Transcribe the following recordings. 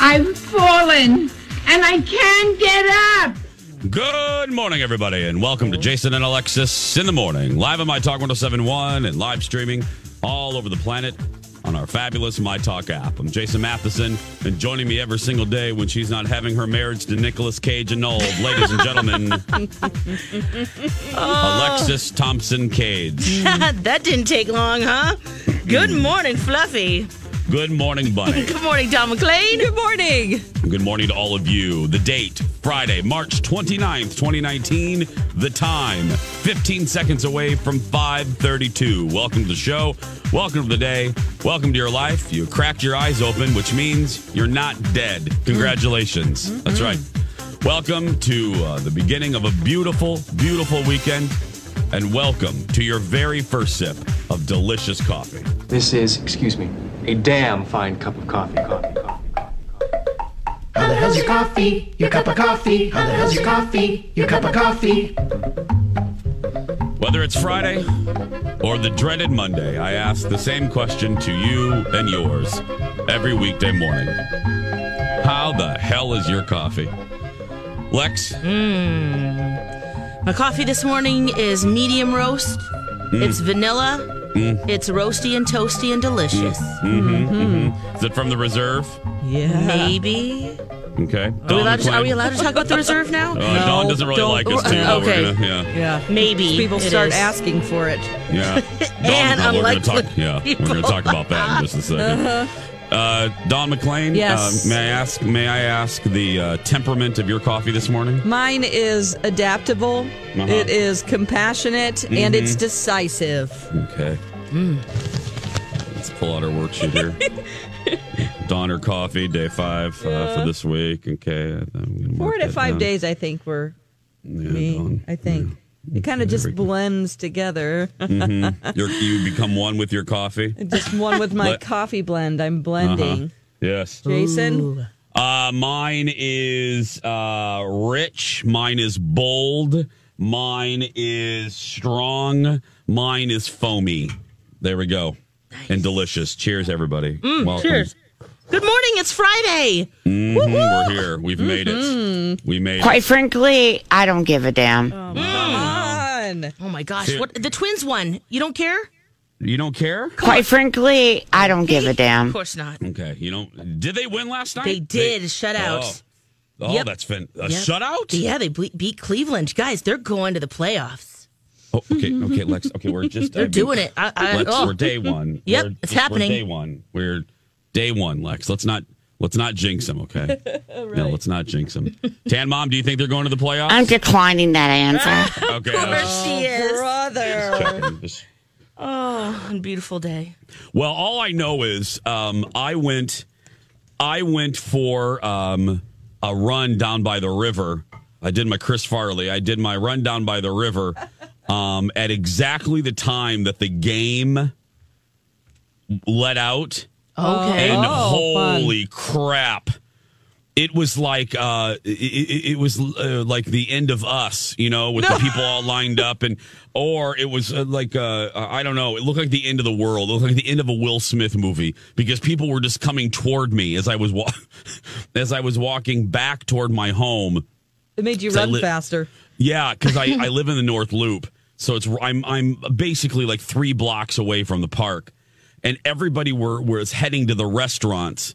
I've fallen and I can't get up. Good morning, everybody, and welcome to Jason and Alexis in the morning, live on My Talk 1071 and live streaming all over the planet on our fabulous My Talk app. I'm Jason Matheson, and joining me every single day when she's not having her marriage to Nicolas Cage annulled, ladies and gentlemen, Alexis Thompson Cage. that didn't take long, huh? Good morning, Fluffy. Good morning, Bunny. Good morning, Don McLean. Good morning. Good morning to all of you. The date, Friday, March 29th, 2019. The time, 15 seconds away from 532. Welcome to the show. Welcome to the day. Welcome to your life. You cracked your eyes open, which means you're not dead. Congratulations. That's right. Welcome to uh, the beginning of a beautiful, beautiful weekend. And welcome to your very first sip of delicious coffee. This is, excuse me, a damn fine cup of coffee. Coffee, coffee, coffee, coffee. How the hell's your coffee? Your cup of coffee? How the hell's your coffee? Your cup of coffee? Whether it's Friday or the dreaded Monday, I ask the same question to you and yours every weekday morning. How the hell is your coffee? Lex, My coffee this morning is medium roast. It's vanilla. It's roasty and toasty and delicious. is it from the reserve? Maybe. Okay. Are we, allowed to, are we allowed to talk about the reserve now? Uh, Dawn doesn't really like us too. but Okay. We're gonna, yeah. Yeah. Maybe. People it start is. asking for it. Yeah. And Dawn, uh, we're gonna talk, unlikely yeah, we're going to people. Uh-huh. talk about that in just a 2nd uh Don McLean, Yes. uh, may I ask? May I ask the uh, temperament of your coffee this morning? Mine is adaptable, Uh-huh. it is compassionate, Mm-hmm. and it's decisive. Okay. Hmm. Let's pull out our worksheet here. Dawn or coffee, day five uh, for this week. Okay. I'm gonna Four mark out that of five down. days, I think, were Yeah, me, Dawn. I think. It kind of just blends together. You're, you become one with your coffee. just one with my But- coffee blend. I'm Uh-huh. blending. Yes. Jason? Uh, mine is uh, rich. Mine is bold. Mine is strong. Mine is foamy. There we go. And delicious. Cheers, everybody. Mm, Welcome. Mm-hmm, Cheers. Good morning. It's Friday. We're here. We've made it. Mm-hmm. We made it. Quite frankly, I don't give a damn. Oh. Fun. Oh my gosh. What the twins won. You don't care? You don't care? Quite frankly, I don't give a Of damn. course not. Okay. You don't. Did they win last night? They did. Shutout. Oh, oh Yep. that's fin. A Yep. shutout? Yeah, they ble- beat Cleveland. Guys, they're going to the playoffs. Oh, okay. Okay, Lex. Okay, we're just. They're doing it. I, I, Lex, oh. we're day one. Yep, We're- it's we're happening. day one. We're day one, Lex. Let's not let's not jinx them, okay? No, let's not jinx them. Tan mom, do you think they're going to the playoffs? I'm declining that answer. okay. I was just she is. Brother. checking. Just- One beautiful day. Well, all I know is um, I went I went for um, a run down by the river. I did my Chris Farley. I did my run down by the river um, at exactly the time that the game let out. Okay. and Oh, fun. holy crap it was like uh it, it, it was uh, like the end of us you know with the people all lined up and or it was uh, like uh i don't know it looked like the end of the world it looked like the end of a will smith movie because people were just coming toward me as i was wa- as i was walking back toward my home It made you So I run li- faster. yeah, because I, I live in the North Loop, so it's I'm I'm basically like three blocks away from the park, and everybody were was heading to the restaurants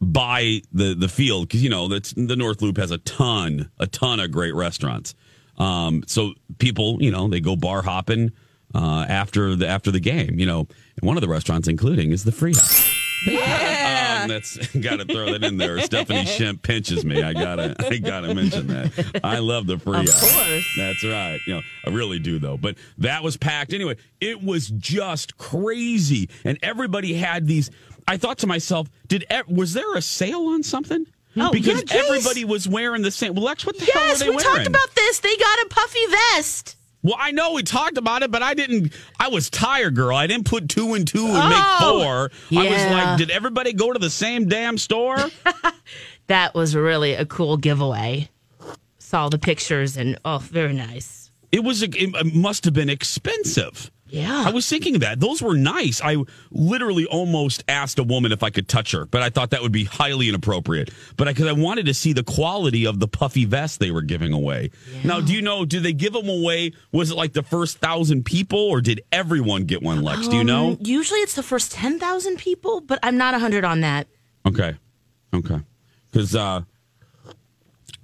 by the the field because you know that's the North Loop has a ton a ton of great restaurants. Um, so people, you know, they go bar hopping uh, after the after the game. You know, and one of the restaurants, including, is the Free House. Um, that's got to throw that in there. Stephanie Shemp pinches me. I gotta, I gotta mention that. I love the free. Of course. that's right. You know, I really do though. But that was packed anyway. It was just crazy, and everybody had these. I thought to myself, did ev- was there a sale on something? Oh, because yeah, Jace. everybody was wearing the same. Well, Lex, what the hell were Yes, they we wearing? talked about this. They got a puffy vest. Well, I know we talked about it, but I didn't. I was tired, girl. I didn't put two and two and Oh. make four. I was Yeah. like, did everybody go to the same damn store? That was really a cool giveaway. Saw the pictures and oh, very nice. it was. It, it must have been expensive. Yeah. I was thinking that those were nice. I literally almost asked a woman if I could touch her, but I thought that would be highly inappropriate. But because I, wanted to see the quality of the puffy vest they were giving away. Now, do you know? Did they give them away? Was it like the first thousand people, or did everyone get one? Lex, Um, do you know? Usually it's the first 10,000 people, but I'm not 100 on that. Okay. Okay. Because uh,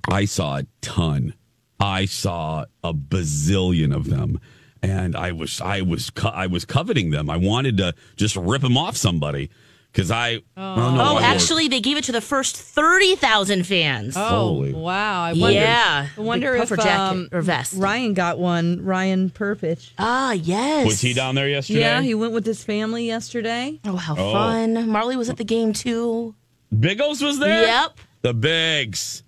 I saw a ton. I saw a bazillion of them, and I was I was co- I was coveting them. I wanted to just rip them off somebody because I oh, no, I Oh, was- actually, oh, they gave it to the first 30,000 fans. Holy. Oh, wow. I wonder, Yeah. I wonder Big if puffer jacket um, or vest. Ryan got one. Ryan Perpich. Ah, yes. was he down there yesterday? Yeah, he went with his family yesterday. Oh, how fun. Marley was at the game too. Biggles was there. Yep. The Bigs.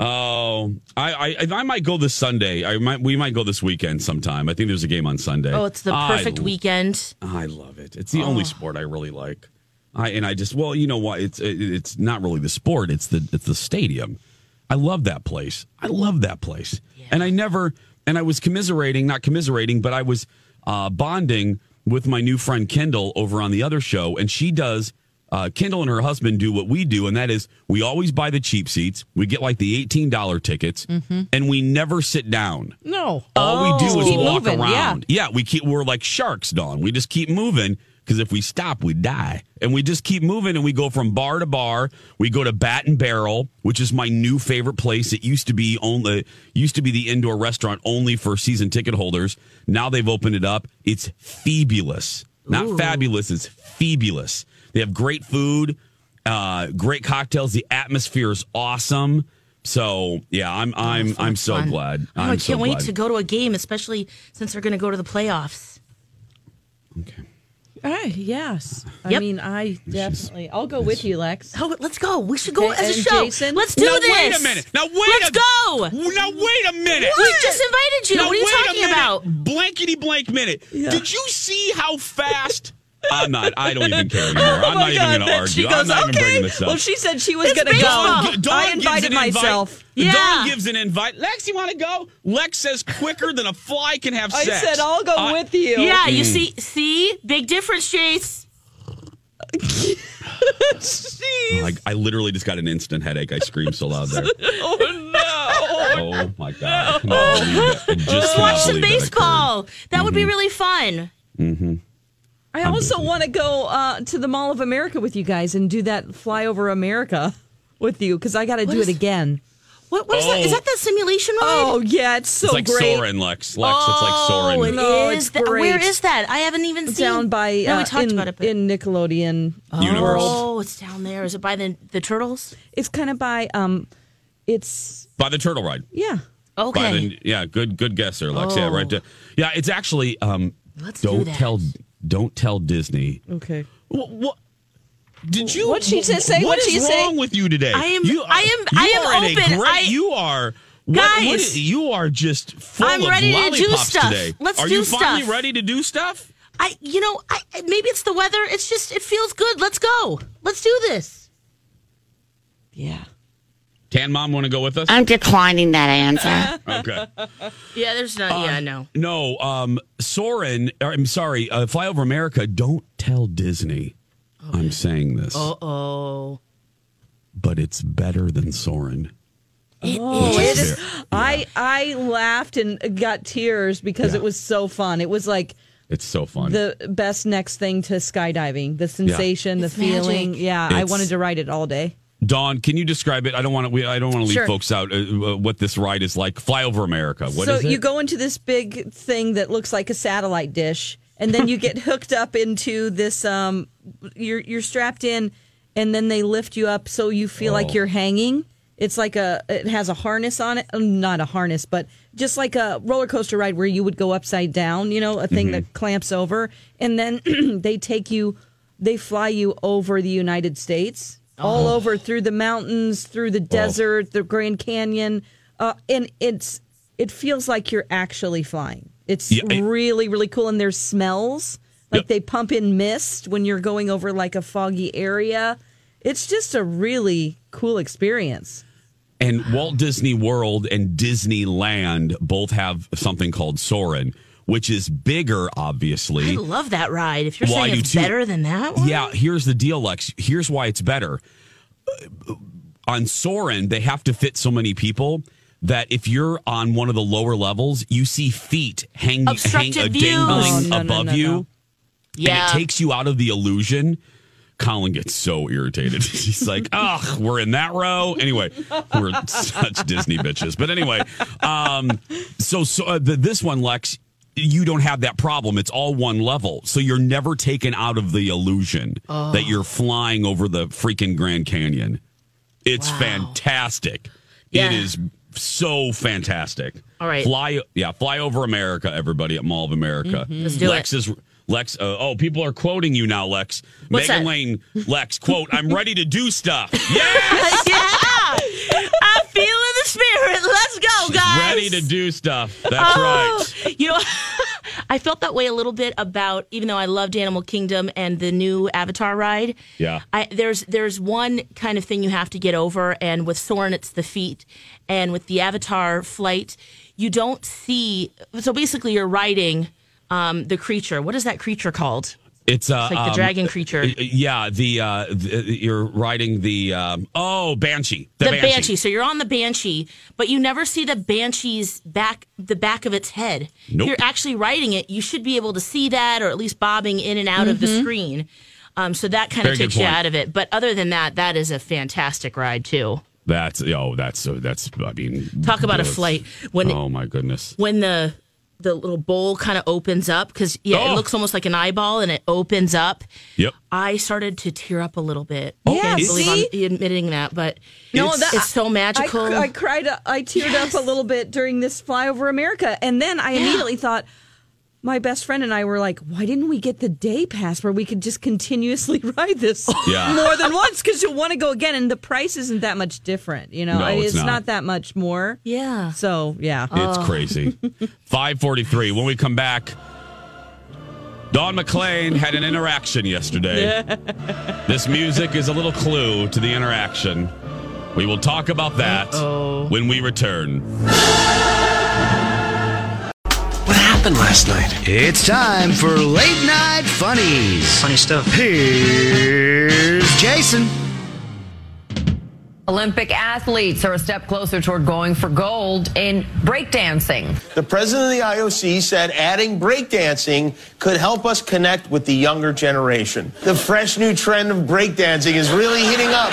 Oh, I, I I- I might go this Sunday. I might we might go this weekend sometime. I think there's a game on Sunday. Oh, it's the I perfect weekend. I love it. It's the only sport I really like. I and I just well, you know what? It's it, it's not really the sport. It's the it's the stadium. I love that place. I love that place. And I never and I was commiserating, not commiserating, but I was uh, bonding with my new friend Kendall over on the other show, and she does. Uh, Kendall and her husband do what we do, and that is we always buy the cheap seats. We get like the eighteen dollar tickets, and we never sit down. No. All we Oh. do is Keep walk moving, around. Yeah. we keep we're like sharks, Dawn. We just keep moving because if we stop, we die. And we just keep moving and we go from bar to bar. We go to Bat and Barrel, which is my new favorite place. It used to be only used to be the indoor restaurant only for season ticket holders. Now they've opened it up. It's fabulous. Not fabulous, it's fabulous. They have great food, uh, great cocktails. The atmosphere is awesome. So yeah, I'm I'm I'm so Fun. glad. Oh, I I'm can't so wait glad. to go to a game, especially since they're going to go to the playoffs. Okay. Ah, yes. I Yep. mean, I definitely. I'll go with you, Lex. Oh, let's go. We should go Okay, as a and show. Jason? Let's do now this. wait a minute. Now wait. Let's a, go. Now wait a minute. We just invited you. Now what are you wait a talking minute. about? Blankety blank minute. Did you see how fast? Oh I'm not. I don't even care anymore. I'm not even going to Oh then argue. She goes, I'm not okay. even bringing this up. Well, she said she was It's going to baseball. go. Dawn, Dawn I gives invited an invite. myself. Yeah. Dawn gives an invite. Lex, you want to go? Lex says quicker than a fly can have I sex. said, I'll go I- with you. Yeah, you Mm. see, see, big difference, Chase. Jeez. Oh, I, I literally just got an instant headache. I screamed so loud there. Oh, no. Oh my god! I cannot believe it. I just cannot Watch some believe Oh, that occurred. Mm-hmm. baseball. That, would be really fun. I also want to go uh, to the Mall of America with you guys and do that flyover America with you because I got to do is- it again. What? What is that? Is Oh. that the simulation ride? Oh, yeah. It's so It's like great. Soren, Lex. Lex, it's like Soren. Oh, it No, is it's that- where great. is that? I haven't even seen. Down by No, we uh, talked in, about it. But... in Nickelodeon. Universe. Oh, it's down there. Is it by the the turtles? It's kind of by um, it's By the turtle ride. yeah. Okay. By the, yeah, good good guess there, Lex. Yeah, Oh. right. There. Yeah, it's actually um Let's do don't that. tell don't tell Disney. Okay. What, what did you What'd she just say? What What'd is she say? wrong with you today? I am- you I am- I you am are in a open. Great, I- you are what- what Guys. is- you are just full I'm of ready to do lollipops stuff. today. Let's are do you finally stuff. ready to do stuff? I, you know, I maybe it's the weather. It's just it feels good. Let's go. Let's do this. Yeah. Tan mom want to go with us? I'm declining that answer. okay. Yeah, there's not. yeah, no. No, um Soren, or, I'm sorry, uh, Fly Over America, don't tell Disney. I'm saying this, Uh oh. but it's better than Soren. Oh, it is. fair. I I laughed and got tears because Yeah. it was so fun. It was like It's so fun. the best next thing to skydiving. The sensation, the It's feeling. magic. Yeah, I It's- wanted to ride it all day. Dawn, can you describe it? I don't want to. We, I don't want to leave Sure. folks out. Uh, uh, what this ride is like? Fly over America. What is so it? you go into this big thing that looks like a satellite dish, and then you get hooked up into this. Um, you're you're strapped in, and then they lift you up so you feel Oh. like you're hanging. It's like a it has a harness on it, uh, not a harness, but just like a roller coaster ride where you would go upside down. You know, a thing that clamps over, and then they take you, they fly you over the United States, all over through the mountains, through the desert, the Grand Canyon, uh, and it's it feels like you're actually flying. It's Yeah, it- really really cool, and there's smells like Yep. they pump in mist when you're going over like a foggy area. It's just a really cool experience. and Walt Disney World and Disneyland both have something called Soarin', which is bigger, obviously. I love that ride. If you're Well, I saying do it's too. better than that one, Yeah, here's the deal, Lex. Here's why it's better. Uh, On Soren, they have to fit so many people that if you're on one of the lower levels, you see feet hang, hang Obstructed uh, views. Oh, dangling no, no, above no, you, no. yeah. and it takes you out of the illusion. Colin gets so irritated. He's like, ugh, we're in that row. Anyway, we're such Disney bitches. But anyway, um, so, so uh, the, this one, Lex, you don't have that problem. It's all one level. So you're never taken out of the illusion that Oh. you're flying over the freaking Grand Canyon. It's fantastic. Yeah. It is so fantastic. All right. Fly, yeah, fly over America, everybody at Mall of America. Let's do Lex it. is Lex. Uh, oh, people are quoting you now, Lex. What's Megan that? Lane, Lex, quote, I'm ready to do stuff. Yes! yeah. I'm feeling the spirit. Let's go, guys. Oh. ready to do stuff. That's right. You know, I felt that way a little bit about even though I loved Animal Kingdom and the new Avatar ride. Yeah. I, there's there's one kind of thing you have to get over, and with Soren it's the feet, and with the Avatar flight, you don't see. So basically, you're riding um, the creature. What is that creature called? It's, uh, It's like the um, dragon creature. uh, Yeah, the, uh, the you're riding the um, oh banshee. the banshee. So you're on the banshee, but you never see the banshee's back, the back of its head. Nope. If you're actually riding it, you should be able to see that, or at least bobbing in and out of the Mm-hmm. screen. Um, so that kind Very of good takes you point. out of it. But other than that, that is a fantastic ride too. That's oh, that's uh, that's. I mean, Talk about a that's- flight when oh my goodness. when the the little bowl kind of opens up because yeah, Oh. it looks almost like an eyeball and it opens up. Yep. I started to tear up a little bit. Oh, Yeah, I can't believe see? I'm admitting that, but No, it's, that- it's so magical. I, I cried. I teared up a little bit during this flyover America, and then I immediately thought. My best friend and I were like, why didn't we get the day pass where we could just continuously ride this Yeah. more than once? Because you'll want to go again, and the price isn't that much different. You know, No, it's not. not. that much more. yeah. So yeah, It's crazy. 543. Oh. When we come back, Don McLean had an interaction yesterday. this music is a little clue to the interaction. We will talk about that when we return. What happened last night? It's time for late night funnies. Funny stuff. Here's Jason. Olympic athletes are a step closer toward going for gold in breakdancing. The president of the IOC said adding breakdancing could help us connect with the younger generation. The fresh new trend of breakdancing is really hitting up.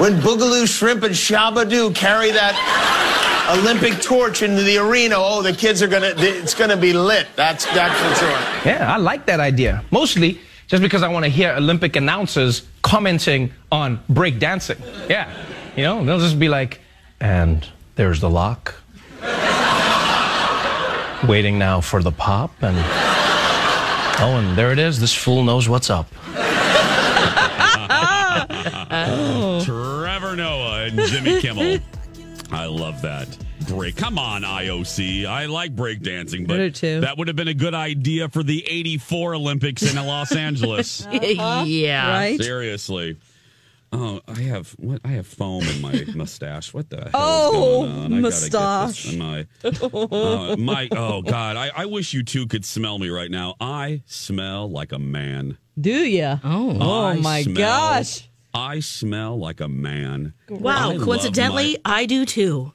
When Boogaloo Shrimp and Shabadoo carry that Olympic torch into the arena, oh, the kids are gonna, it's gonna be lit. That's, that's for sure. Yeah, I like that idea. Mostly just because I want to hear Olympic announcers commenting on break dancing. Yeah. You know, they'll just be like, and there's the lock. Waiting now for the pop and Oh, and there it is. This fool knows what's up. Trevor Noah and Jimmy Kimmel. I love that. Break. Come on, IOC. I like breakdancing, but do too. that would have been a good idea for the 84 Olympics in Los Angeles. yeah. Uh-huh. right? Seriously. Oh, I have what? I have foam in my mustache. What the hell Oh, is going on? I mustache. Gotta get this in my, uh, my oh god! I, I wish you two could smell me right now. I smell like a man. Do you? Oh. Oh I my smell- gosh. I smell like a man. I Wow. love Coincidentally, my- I do too.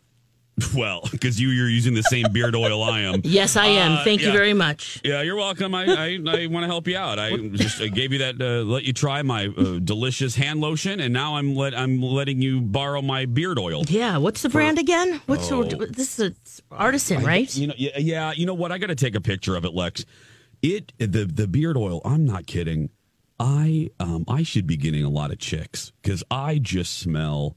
Well, because you you're using the same beard oil I am. Yes, I am. Uh, Thank you yeah. very much. Yeah, you're welcome. I I, I want to help you out. I just I gave you that uh, let you try my uh, delicious hand lotion, and now I'm let I'm letting you borrow my beard oil. Yeah, what's the brand again? What's Oh. the, this is a artisan, I- right? You know, yeah, yeah, you know what? I got to take a picture of it, Lex. It the the beard oil. I'm not kidding. I um I should be getting a lot of chicks because I just smell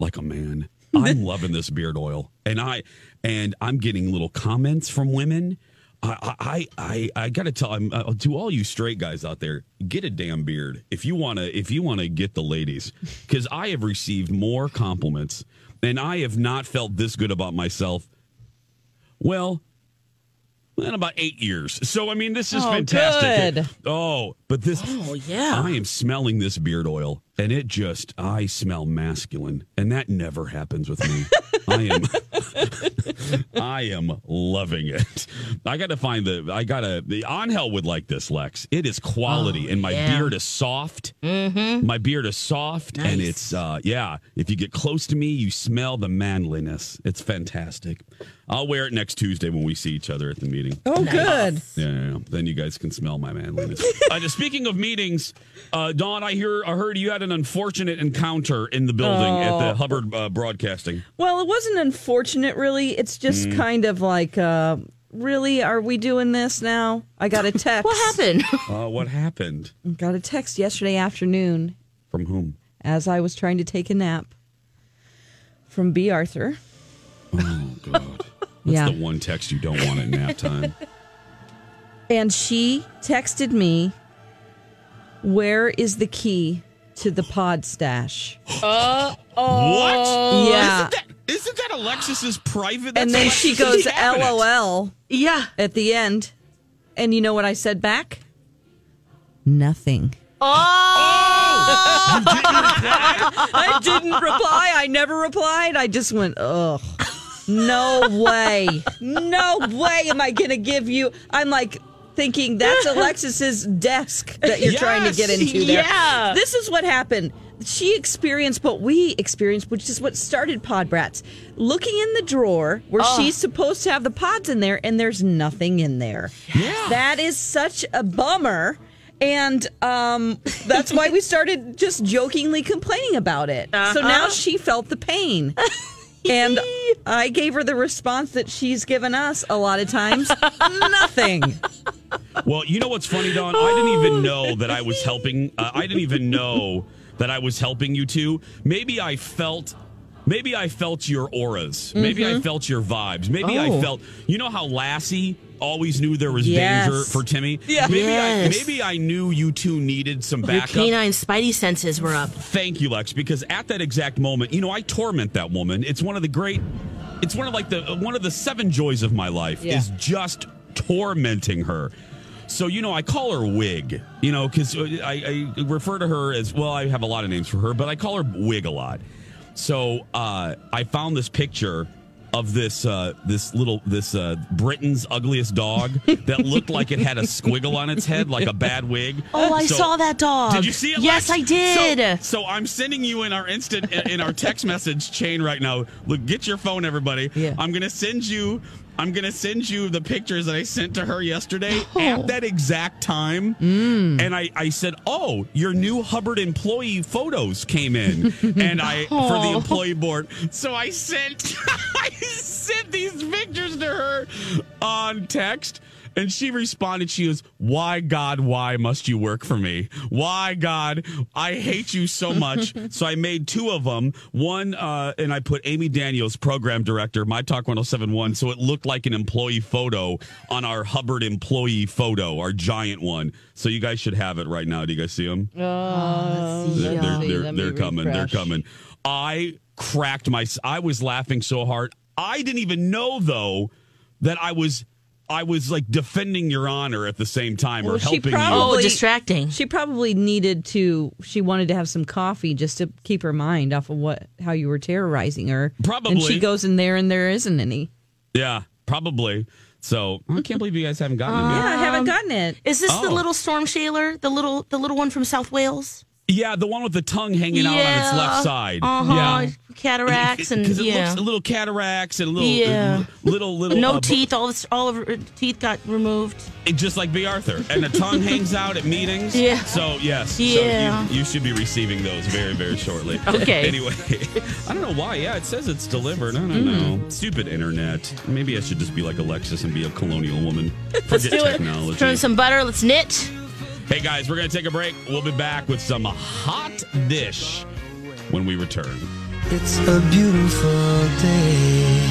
like a man. I'm loving this beard oil, and I and I'm getting little comments from women. I I I, I got to tell I'm, uh, to all you straight guys out there, get a damn beard if you wanna if you wanna get the ladies, because I have received more compliments, and I have not felt this good about myself. Well. In about eight years, so I mean, this is Oh, fantastic. good. Oh, but this Oh, yeah. I am smelling this beard oil, and it just, I smell masculine, and that never happens with me. I am, I am loving it. I got to find the, I got to, the Angel would like this, Lex. It is quality, and my yeah. beard is soft. Mm-hmm. My beard is soft, and Nice. it's, uh, yeah, if you get close to me, you smell the manliness. It's fantastic. I'll wear it next Tuesday when we see each other at the meeting. Oh, good. Yeah, yeah, yeah. then you guys can smell my manliness. uh, just speaking of meetings, uh, Dawn, I hear I heard you had an unfortunate encounter in the building at the Oh. Hubbard uh, Broadcasting. Well, it wasn't unfortunate, really. It's just Mm. kind of like, uh, really, are we doing this now? I got a text. What happened? Uh, what happened? Got a text yesterday afternoon From whom? as I was trying to take a nap from B. Arthur. Oh God, that's Yeah. the one text you don't want at nap time. And she texted me, Where is the key to the pod stash? what? yeah. Isn't that, isn't that Alexis's private? and that's then she Alexis's goes, cabinet. LOL Yeah. at the end. And you know what I said back? Nothing. I didn't reply. I never replied. I just went, ugh. No way. No way am I going to give you. I'm like thinking that's Alexis's desk that you're trying to get Yes. into there. Yeah. This is what happened. She experienced what we experienced, which is what started Pod Brats. Looking in the drawer where she's supposed to have the pods in there, and there's nothing in there. Yeah. That is such a bummer. And um, that's why we started just jokingly complaining about it. So now she felt the pain. and I gave her the response that she's given us a lot of times nothing. Well, you know what's funny, Don? I didn't even Oh. know that I was helping. Uh, I didn't even know that I was helping you two. Maybe I felt. Maybe I felt your auras. Maybe Mm-hmm. I felt your vibes. Maybe I Oh. felt. You know how Lassie always knew there was Yes. danger for Timmy. Yeah. Maybe I, Yes. maybe I knew you two needed some Your backup. canine spidey senses were up. Thank you, Lex, because at that exact moment, you know, I torment that woman. It's one of the great. It's one of like the one of the seven joys of my life Yeah. is just tormenting her. So you know, I call her Wig. You know, because I, I refer to her as well. I have a lot of names for her, but I call her Wig a lot. So uh, I found this picture of this uh, this little this uh, Britain's ugliest dog that looked like it had a squiggle on its head, like a bad wig. Oh, I So- saw that dog. did you see it? Yes, Lex? I did. So, so I'm sending you in our instant in our text message chain right now. Look, get your phone, everybody. Yeah. I'm gonna send you. I'm gonna send you the pictures that I sent to her yesterday Oh. at that exact time. Mm. And I, I said, "Oh, your new Hubbard employee photos came in, and I for Oh. the employee board." So I sent I sent these pictures to her on text. And she responded, she was, Why, God, why must you work for me? Why, God, I hate you so much. so I made two of them. One, uh, and I put Amy Daniels, program director, My Talk 1071. So it looked like an employee photo on our Hubbard employee photo, our giant one. So you guys should have it right now. Do you guys see them? Oh, Oh, they're, they're- they're- they're coming. They're coming. I cracked my. I was laughing so hard. I didn't even know though that I was. I was like defending your honor at the same time or Well, she helping you. probably- Oh, distracting. She probably needed to. She wanted to have some coffee just to keep her mind off of what how you were terrorizing her. And Probably. she goes in there, and there isn't any. Yeah, probably. So I can't believe you guys Uh, haven't gotten it. Um, yeah, I haven't gotten it. Is this the Oh. little storm shaler? The little the little one from South Wales? Yeah, the one with the tongue hanging out on its left side. Uh-huh. Yeah. Cataracts and 'Cause it yeah. looks little cataracts and little Yeah. little little no uh, teeth. All this, all of her teeth got removed. It- just like B. Arthur, and the tongue hangs out at meetings. Yeah. So yes. Yeah. So you, you should be receiving those very very shortly. Okay. Mm. Anyway, I don't know why. Yeah, it says it's delivered. I don't know. Stupid internet. Maybe I should just be like Alexis and be a colonial woman. Forget Let's do it. technology. Let's turn some butter. Let's knit. Hey guys, we're gonna take a break. We'll be back with some hot dish when we return. It's a beautiful day.